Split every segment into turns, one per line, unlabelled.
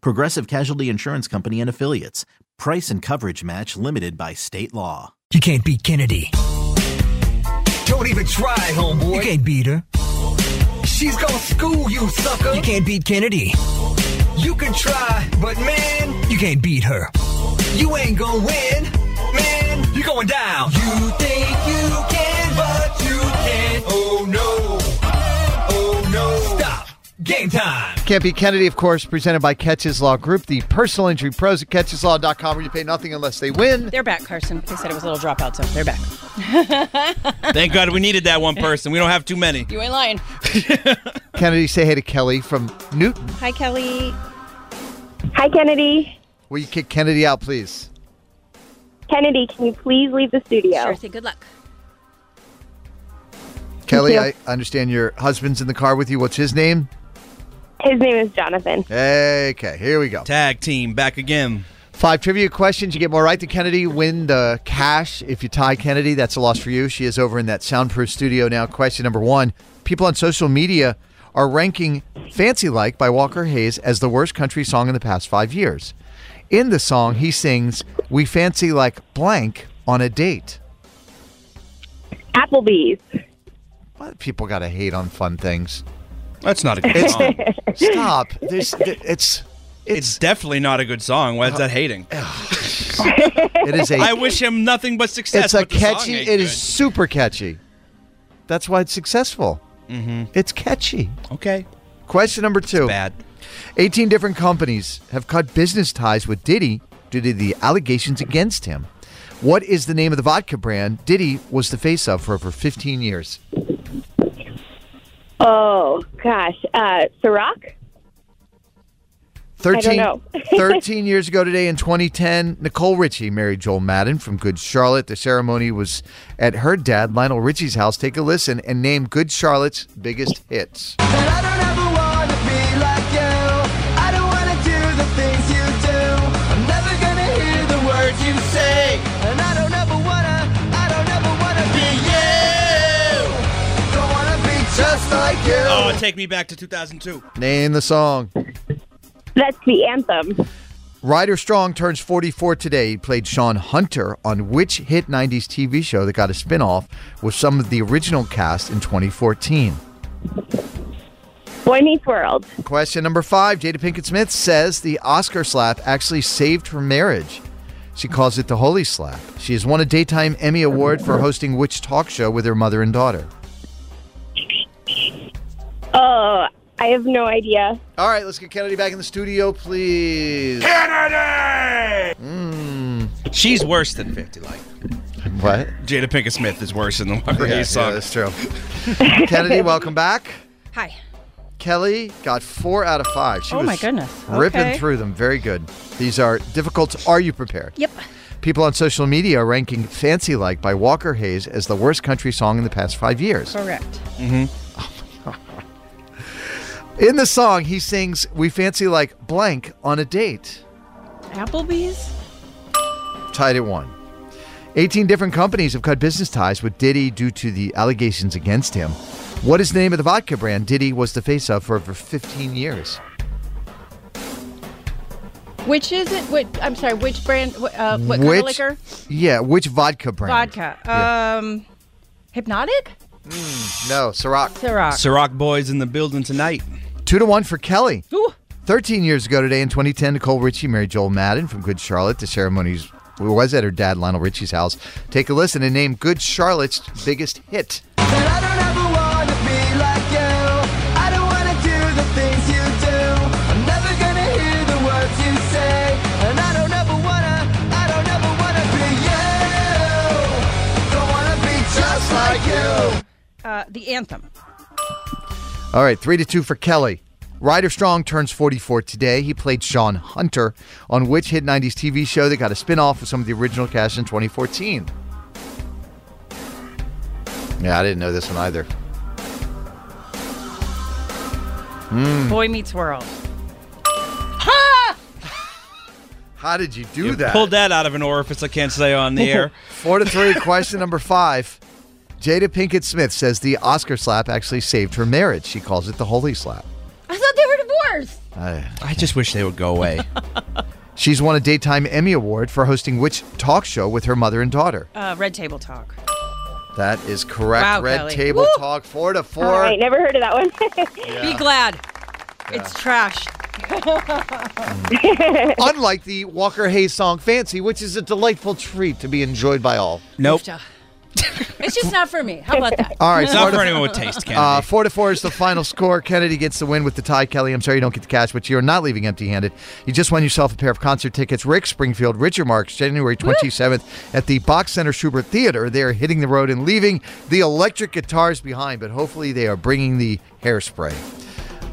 Progressive Casualty Insurance Company and Affiliates. Price and coverage match limited by state law.
You can't beat Kennedy.
Don't even try,
You
homeboy.
can't beat her.
She's gonna school you, sucker.
You can't beat Kennedy.
You can try, but man,
You can't beat her.
you ain't gonna win. Man, you're going down. You think you can, but you can't. Oh no. Oh no. Stop. Game time.
Can't be Kennedy, of course, presented by Catches Law Group, the personal injury pros at catcheslaw.com, where you pay nothing unless they win.
They're back, Carson. They said it was a little dropout, so they're back.
Thank God we needed that one person. We don't have too many.
You ain't lying.
Kennedy, say hey to Kelly from Newton.
Hi, Kelly.
Hi, Kennedy.
Will you kick Kennedy out, please?
Kennedy, can you please leave the studio?
Sure thing. Good luck.
Kelly,
you.
I understand your husband's in the car with you. What's his name?
His name is Jonathan.
Hey, Okay, here we go.
Tag team back again.
Five trivia questions. You get more right than Kennedy, win the cash. If you tie Kennedy, that's a loss for you. She is over in that soundproof studio now. Question number one People on social media are ranking Fancy Like by Walker Hayes as the worst country song in the past five years. In the song, he sings, We fancy like blank on a date.
Applebee's.
What? People got to hate on fun things.
That's not a good song.
Stop. There's, it's,
It's definitely not a good song. Why is that hating?
Uh, it is a
I wish him nothing but success.
it's a
but the song
catchy.
ain't
It is super catchy. That's why it's successful. Mm-hmm. It's catchy.
good. okay.
Question number two.
Bad.
18 different companies have cut business ties with Diddy due to the allegations against him. What is the name of the vodka brand Diddy was the face of for over 15 years?
Oh, gosh. Uh, Ciroc?
13,
know.
13 years ago today in 2010, Nicole Richie married Joel Madden from Good Charlotte. The ceremony was at her dad, Lionel Richie's house. Take a listen and name Good Charlotte's biggest hits.
And I don't ever wanna be like you. I don't wanna do the things you do. I'm never gonna hear the words you say. And I don't ever wanna, I don't ever wanna be you. Don't wanna be just like you.
Oh, take me back to 2002.
Name the song.
That's the anthem.
Ryder Strong turns 44 today. He played Sean Hunter on which hit 90s TV show that got a spinoff with some of the original cast in 2014?
Boy Meets World.
Question number five Jada Pinkett Smith says the Oscar slap actually saved her marriage. She calls it the Holy Slap. She has won a Daytime Emmy Award for hosting which talk show with her mother and daughter?
Oh, I have no idea.
All right, let's get Kennedy back in the studio, please.
She's worse than 50. Like
What?
Jada Pinkett Smith is worse than the Walker
Yeah,
Hayes
yeah,
song.
that's true. Kennedy, welcome back.
Hi.
Kelly got four out of five. She
Oh,
was
my goodness.
ripping
Okay.
through them. Very good. These are difficult. Are you prepared?
Yep.
People on social media are ranking "Fancy Like" by Walker Hayes as the worst country song in the past five years.
Correct.
In the song, he sings "We fancy like blank on a date."
Applebee's?
Tied at one. 18 different companies have cut business ties with Diddy due to the allegations against him. What is the name of the vodka brand Diddy was the face of for over 15 years?
Which is it? Which, I'm sorry. Which brand? wh- Uh, what kind
Which-
of liquor?
Yeah, which vodka brand?
Vodka.
Yeah.
Um, hypnotic.
No, Ciroc.
Ciroc.
Ciroc boys in the building tonight.
Two to one for Kelly.
Ooh,
13 years ago today in 2010, Nicole Richie married Joel Madden from Good Charlotte. The ceremony was at her dad, Lionel Richie's house. Take a listen and name Good Charlotte's biggest hit.
I don't wanna do the things you do. I'm never gonna hear the words you say. And I don't ever wanna, I don't ever wanna be you. Don't wanna be just like you.
Uh, the anthem.
All right, three to two for Kelly. Ryder Strong turns 44 today. He played Sean Hunter on which hit 90s TV show that got a spin off of some of the original cast in 2014? Yeah, I didn't know this one either. Hmm.
Boy Meets World.
How did you do
You
that?
pulled that out of an orifice I can't say on the air.
Four to three. Question number five. Jada Pinkett Smith says the Oscar slap actually saved her marriage. She calls it the holy slap.
I thought they were divorced.
I,
I just wish they would go away.
She's won a Daytime Emmy Award for hosting which talk show with her mother and daughter?
Uh, Red Table Talk.
That is correct.
Wow,
Red
Kelly.
Table
Woo!
Talk, four to four.
All right, never heard of that one.
Be glad. It's trash.
Unlike the Walker Hayes song Fancy, which is a delightful treat to be enjoyed by all.
nope.
It's just not for me. How about that?
All right,
It's
four
not
to
for anyone with taste, Kennedy.
Uh, four to four is the final score. Kennedy gets the win with the tie. Kelly, I'm sorry you don't get the cash, but you're not leaving empty-handed. You just won yourself a pair of concert tickets. Rick Springfield, Richard Marks, January 27th at the Box Center Schubert Theater. They are hitting the road and leaving the electric guitars behind, but hopefully they are bringing the hairspray.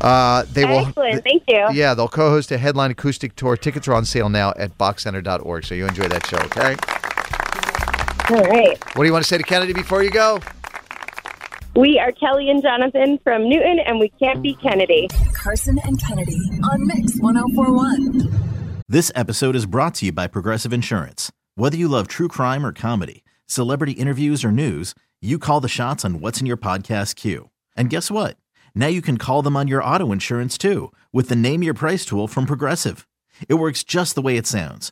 Uh, they will.
Excellent. Thank you.
Yeah, they'll co-host a headline acoustic tour. Tickets are on sale now at boxcenter.org. So you enjoy that show, okay?
All right.
What do you want to say to Kennedy before you go?
We are Kelly and Jonathan from Newton, and we can't be Kennedy.
Carson and Kennedy on Mix 1041.
This episode is brought to you by Progressive Insurance. Whether you love true crime or comedy, celebrity interviews or news, you call the shots on what's in your podcast queue. And guess what? Now you can call them on your auto insurance too with the Name Your Price tool from Progressive. It works just the way it sounds.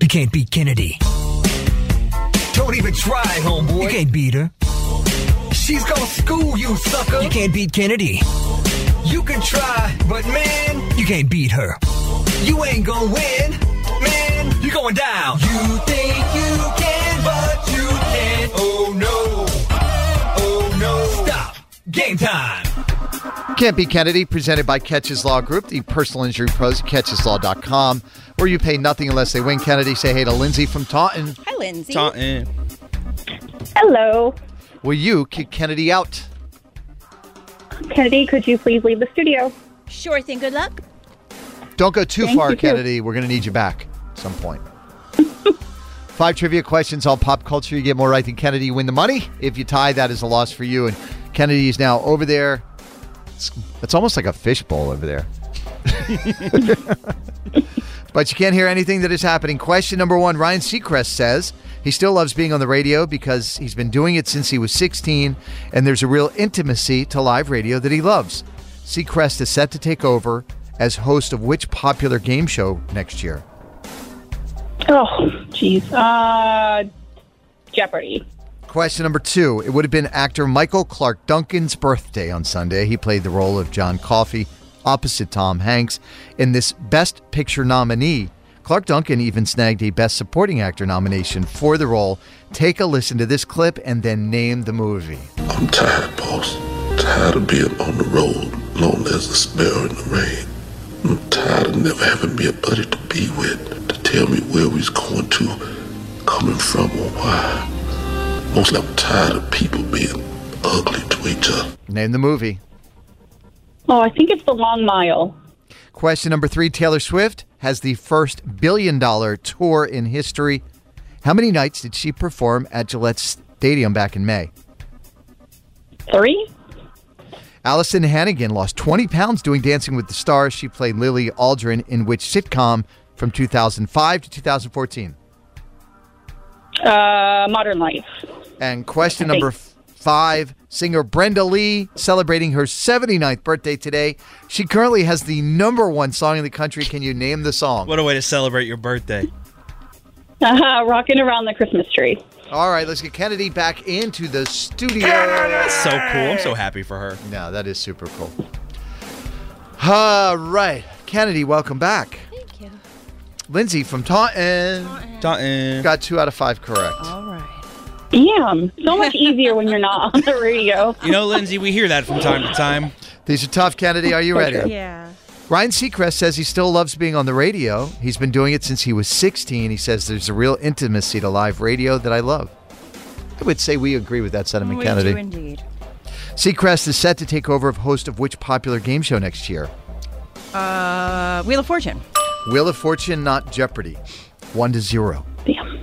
You can't beat Kennedy. Don't even try, homeboy. You can't beat her. She's gonna school you, sucker. You can't beat Kennedy. You can try, but man, you can't beat her. You ain't gonna win, man. You're going down. You think you can, but you can't. Oh no. Oh no. Stop. Game time.
Can't be Kennedy, presented by Catches Law Group, the personal injury pros at catcheslaw.com, where you pay nothing unless they win. Kennedy, say hey to Lindsay from Taunton.
Hi, Lindsay.
Taunton.
Hello.
Will you kick Kennedy out?
Kennedy, could you please leave the studio?
Sure thing. Good luck.
Don't go too
Thank
far,
you.
Kennedy. We're going to need you back at some point. Five trivia questions on pop culture. You get more right than Kennedy, you win the money. If you tie, that is a loss for you. And Kennedy is now over there. It's, it's almost like a fishbowl over there. but you can't hear anything that is happening. Question number one Ryan Seacrest says he still loves being on the radio because he's been doing it since he was 16, and there's a real intimacy to live radio that he loves. Seacrest is set to take over as host of which popular game show next year?
Oh, jeez. Uh, Jeopardy.
Question number two. It would have been actor Michael Clark Duncan's birthday on Sunday. He played the role of John Coffey opposite Tom Hanks in this Best Picture nominee. Clark Duncan even snagged a Best Supporting Actor nomination for the role. Take a listen to this clip and then name the movie.
I'm tired, boss. Tired of being on the road, lonely as a sparrow in the rain. I'm tired of never having me a buddy to be with, to tell me where we was going to, coming from, or why. Mostly I'm tired of people being ugly to each other.
Name the movie.
Oh, I think it's The Long Mile.
Question number three Taylor Swift has the first billion dollar tour in history. How many nights did she perform at Gillette Stadium back in May?
Three.
Allison Hannigan lost 20 pounds doing Dancing with the Stars. She played Lily Aldrin in which sitcom from 2005 to 2014?
Uh, Modern Life.
And question
I think.
number f- five singer Brenda Lee celebrating her 79th birthday today. She currently has the number one song in the country. Can you name the song?
What a way to celebrate your birthday.
Uh, rocking around the Christmas tree.
All right, let's get Kennedy back into the studio.
That's so cool. I'm so happy for her.
No, that is super cool. All right, Kennedy, welcome back. Thank
you.
Lindsay from Taunton.
Taunton.
Got two out of five correct.
All right.
Damn, so much easier when you're not on the radio.
You know, Lindsay, we hear that from time to time.
These are tough, Kennedy. Are you ready?
Yeah.
Ryan Seacrest says he still loves being on the radio. He's been doing it since he was 16. He says there's a real intimacy to live radio that I love. I would say we agree with that sentiment,
We
Kennedy.
do indeed.
Seacrest is set to take over of host of which popular game show next year?
Uh, Wheel of Fortune.
Wheel of Fortune, not Jeopardy. One to zero. Damn.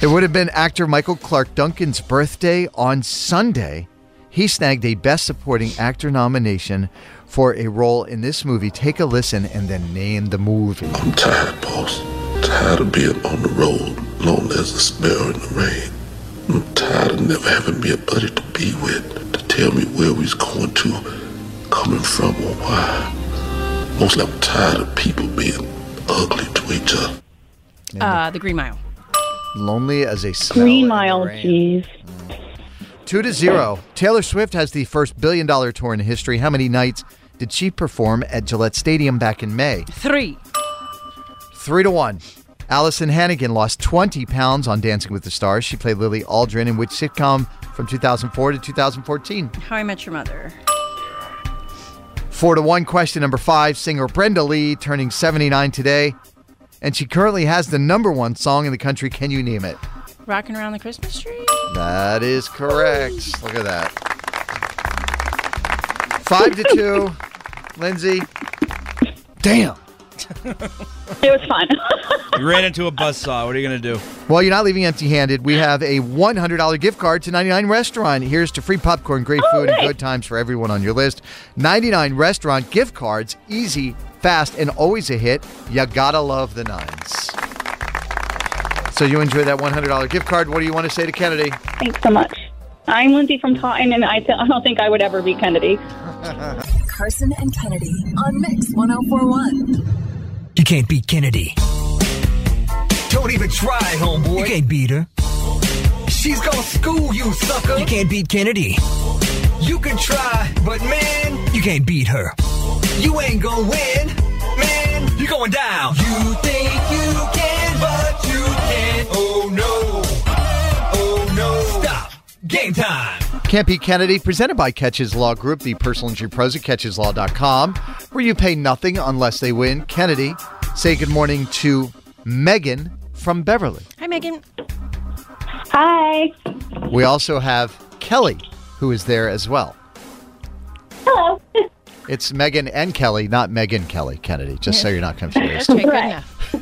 it would have been actor Michael Clark Duncan's birthday on Sunday. He snagged a Best Supporting Actor nomination for a role in this movie. Take a listen and then name the movie.
I'm tired, boss. Tired of being on the road, lonely as a sparrow in the rain. I'm tired of never having me a buddy to be with, to tell me where we was going to, coming from, or why. Mostly I'm tired of people being ugly to each other.
Uh, the Green Mile.
Lonely as a Snow in
Green
the
Mile,
Rain. Mm.
jeez.
Two to zero. Taylor Swift has the first billion dollar tour in history. How many nights did she perform at Gillette Stadium back in May?
Three.
Three to one. Allison Hannigan lost 20 pounds on Dancing with the Stars. She played Lily Aldrin in which sitcom from 2004 to 2014?
How I Met Your Mother.
Four to one. Question number five. Singer Brenda Lee turning 79 today. And she currently has the number one song in the country. Can you name it?
Rocking around the Christmas tree.
That is correct. Look at that. Five to two. Lindsay. Damn.
It was fun.
You ran into a buzzsaw. What are you going to do?
Well, you're not leaving empty handed. We have a $100 gift card to 99 Restaurant. Here's to free popcorn, great food, and good times for everyone on your list. 99 Restaurant gift cards, easy, fast, and always a hit. You gotta love the nines. So you enjoy that $100 gift card. What do you want to say to Kennedy?
Thanks so much. I'm Lindsay from Taunton, and I, th- I don't think I would ever be Kennedy.
Carson and Kennedy on Mix 1041.
You can't beat Kennedy. Don't even try, homeboy. You can't beat her. She's gonna school you, sucker. You can't beat Kennedy. You can try, but man, you can't beat her. You ain't gonna win, man. You're going down. You think you can, but you can't. Oh no. Oh no. Stop. Game time.
Can't Beat Kennedy, presented by Catches Law Group, the personal injury pros at catcheslaw.com, where you pay nothing unless they win. Kennedy, say good morning to Megan from Beverly.
Hi, Megan.
Hi.
We also have Kelly, who is there as well.
Hello.
It's Megan and Kelly, not Megan Kelly Kennedy, just so you're not confused.
Okay, good enough.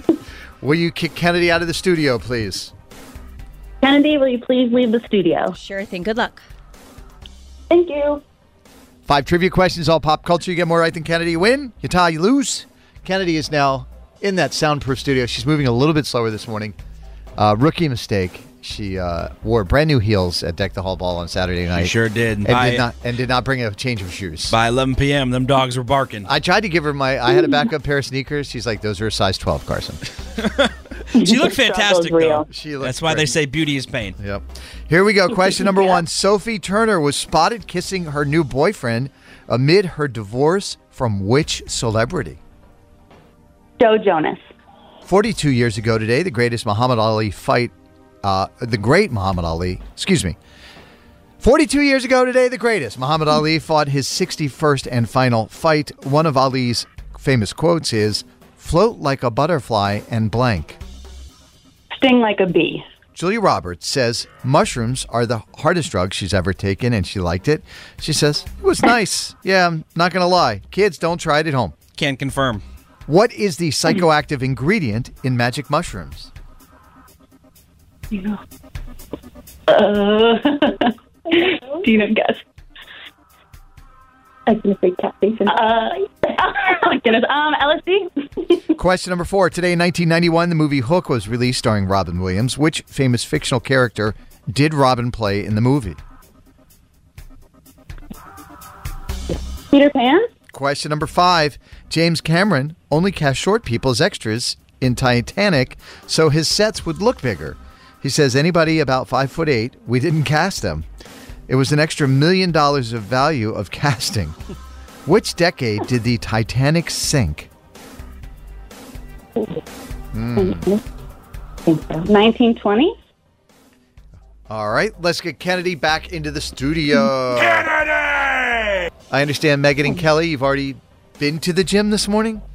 Will you kick Kennedy out of the studio, please?
Kennedy, will you please leave the studio?
Sure thing. Good luck.
Thank you.
Five trivia questions, all pop culture. You get more right than Kennedy. You win. You tie, you lose. Kennedy is now in that soundproof studio. She's moving a little bit slower this morning. Uh, rookie mistake. She uh, wore brand new heels at Deck the Hall Ball on Saturday night.
sure did.
And
I-
did not and did not bring a change of shoes.
By 11 p.m., them dogs were barking.
I tried to give her my. I had a backup pair of sneakers. She's like, "Those are a size 12, Carson."
She looked fantastic, though.
She
That's why they say beauty is pain.
Yep. Here we go. Question number one Sophie Turner was spotted kissing her new boyfriend amid her divorce from which celebrity?
Joe Jonas.
42 years ago today, the greatest Muhammad Ali fight, uh, the great Muhammad Ali, excuse me. 42 years ago today, the greatest Muhammad Ali fought his 61st and final fight. One of Ali's famous quotes is float like a butterfly and blank.
Sting like a bee.
Julia Roberts says mushrooms are the hardest drug she's ever taken, and she liked it. She says, It was nice. Yeah, I'm not going to lie. Kids, don't try it at home.
Can confirm.
What is the psychoactive ingredient in magic mushrooms?
Uh, do you know guess? I was gonna say Kathy. Uh, oh my goodness. Um, LSD.
Question number four. Today in 1991, the movie Hook was released starring Robin Williams. Which famous fictional character did Robin play in the movie?
Peter Pan.
Question number five. James Cameron only cast short people as extras in Titanic, so his sets would look bigger. He says, anybody about five foot eight, we didn't cast them. It was an extra million dollars of value of casting. Which decade did the Titanic sink? Hmm.
1920.
All right, let's get Kennedy back into the studio. Kennedy! I understand, Megan and Kelly, you've already been to the gym this morning?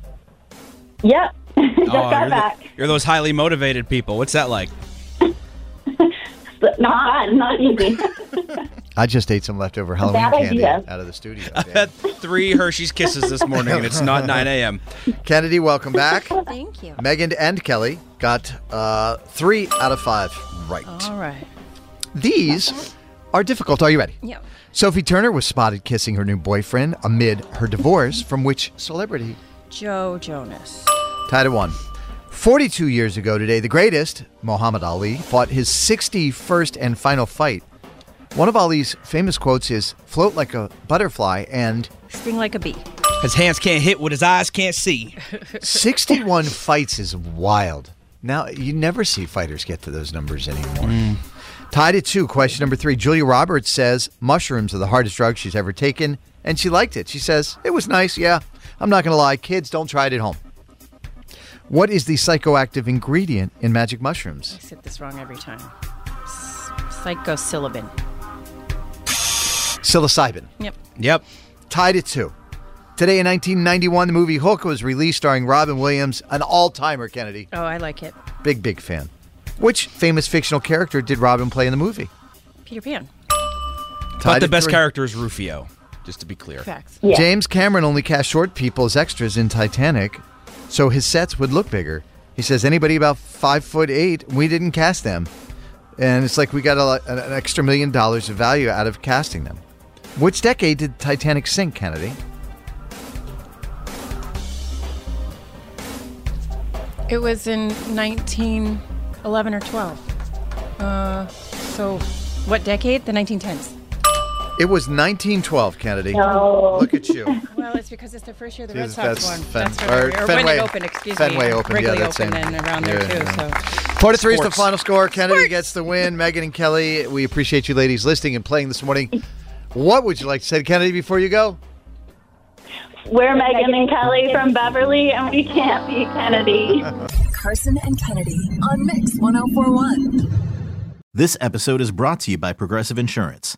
Yep. Just
Oh,
got
you're, the-
back.
you're those highly motivated people. What's that like?
But Not fun, not easy.
I just ate some leftover Halloween
Bad
candy
idea.
out of the studio.
I've had three Hershey's Kisses this morning, and it's not 9 a.m.
Kennedy, welcome back.
Thank you.
Megan and Kelly got uh, three out of five right.
All right.
These are difficult. Are you ready?
Yeah.
Sophie Turner was spotted kissing her new boyfriend amid her divorce from which celebrity?
Joe Jonas.
Tied at one. 42 years ago today, the greatest, Muhammad Ali, fought his 61st and final fight. One of Ali's famous quotes is float like a butterfly and
Sting like a bee.
His hands can't hit what his eyes can't see.
61 fights is wild. Now, you never see fighters get to those numbers anymore. Tied at two, question number three. Julia Roberts says mushrooms are the hardest drug she's ever taken, and she liked it. She says, It was nice, yeah. I'm not going to lie. Kids, don't try it at home. What is the psychoactive ingredient in magic mushrooms?
I said this wrong every time. S- Psychosyllabin.
Psilocybin.
Yep.
Yep.
Tied at two. Today in 1991, the movie Hook was released starring Robin Williams, an all timer, Kennedy.
Oh, I like it.
Big, big fan. Which famous fictional character did Robin play in the movie?
Peter Pan.
But
Tied
the
at
best
three.
character is Rufio, just to be clear.
Facts.
James Cameron only cast short people as extras in Titanic, so his sets would look bigger. He says anybody about five foot eight, we didn't cast them, and it's like we got a, lot- an an extra million dollars of value out of casting them. Which decade did Titanic sink, Kennedy?
It was in 1911 or 12. Uh, so what decade? The 1910s.
It was 1912, Kennedy.
No.
Look at you.
Well, it's because it's the first year the Red
Yes,
Sox won.
Fen-
that's where
or
they, or when
Fenway-
it opened, excuse
Fenway
me.
opened, yeah,
Wrigley
that same-
opened and around
yeah,
there too.
yeah.
So
Four to three is the
Sports.
final score. Kennedy gets the win. Megan and Kelly, we appreciate you ladies listening and playing this morning. What would you like to say, Kennedy, before you go?
We're Megan and Kelly from Beverly, and we can't be Kennedy.
Carson and Kennedy on Mix 1041.
This episode is brought to you by Progressive Insurance.